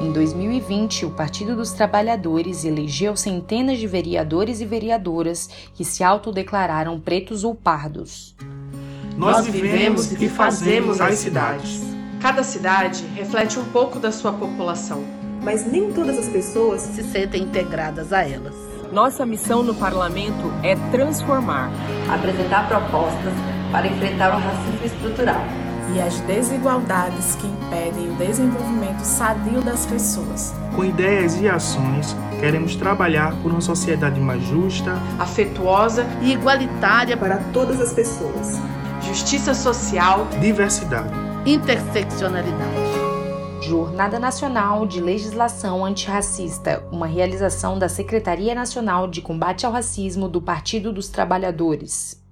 Em 2020, o Partido dos Trabalhadores elegeu centenas de vereadores e vereadoras que se autodeclararam pretos ou pardos. Nós vivemos e fazemos as cidades. Cada cidade reflete um pouco da sua população, mas nem todas as pessoas se sentem integradas a elas. Nossa missão no parlamento é transformar, apresentar propostas para enfrentar o racismo estrutural e as desigualdades que impedem o desenvolvimento sadio das pessoas. Com ideias e ações, queremos trabalhar por uma sociedade mais justa, afetuosa e igualitária para todas as pessoas. Justiça social, diversidade, interseccionalidade. Jornada Nacional de Legislação Antirracista, uma realização da Secretaria Nacional de Combate ao Racismo do Partido dos Trabalhadores.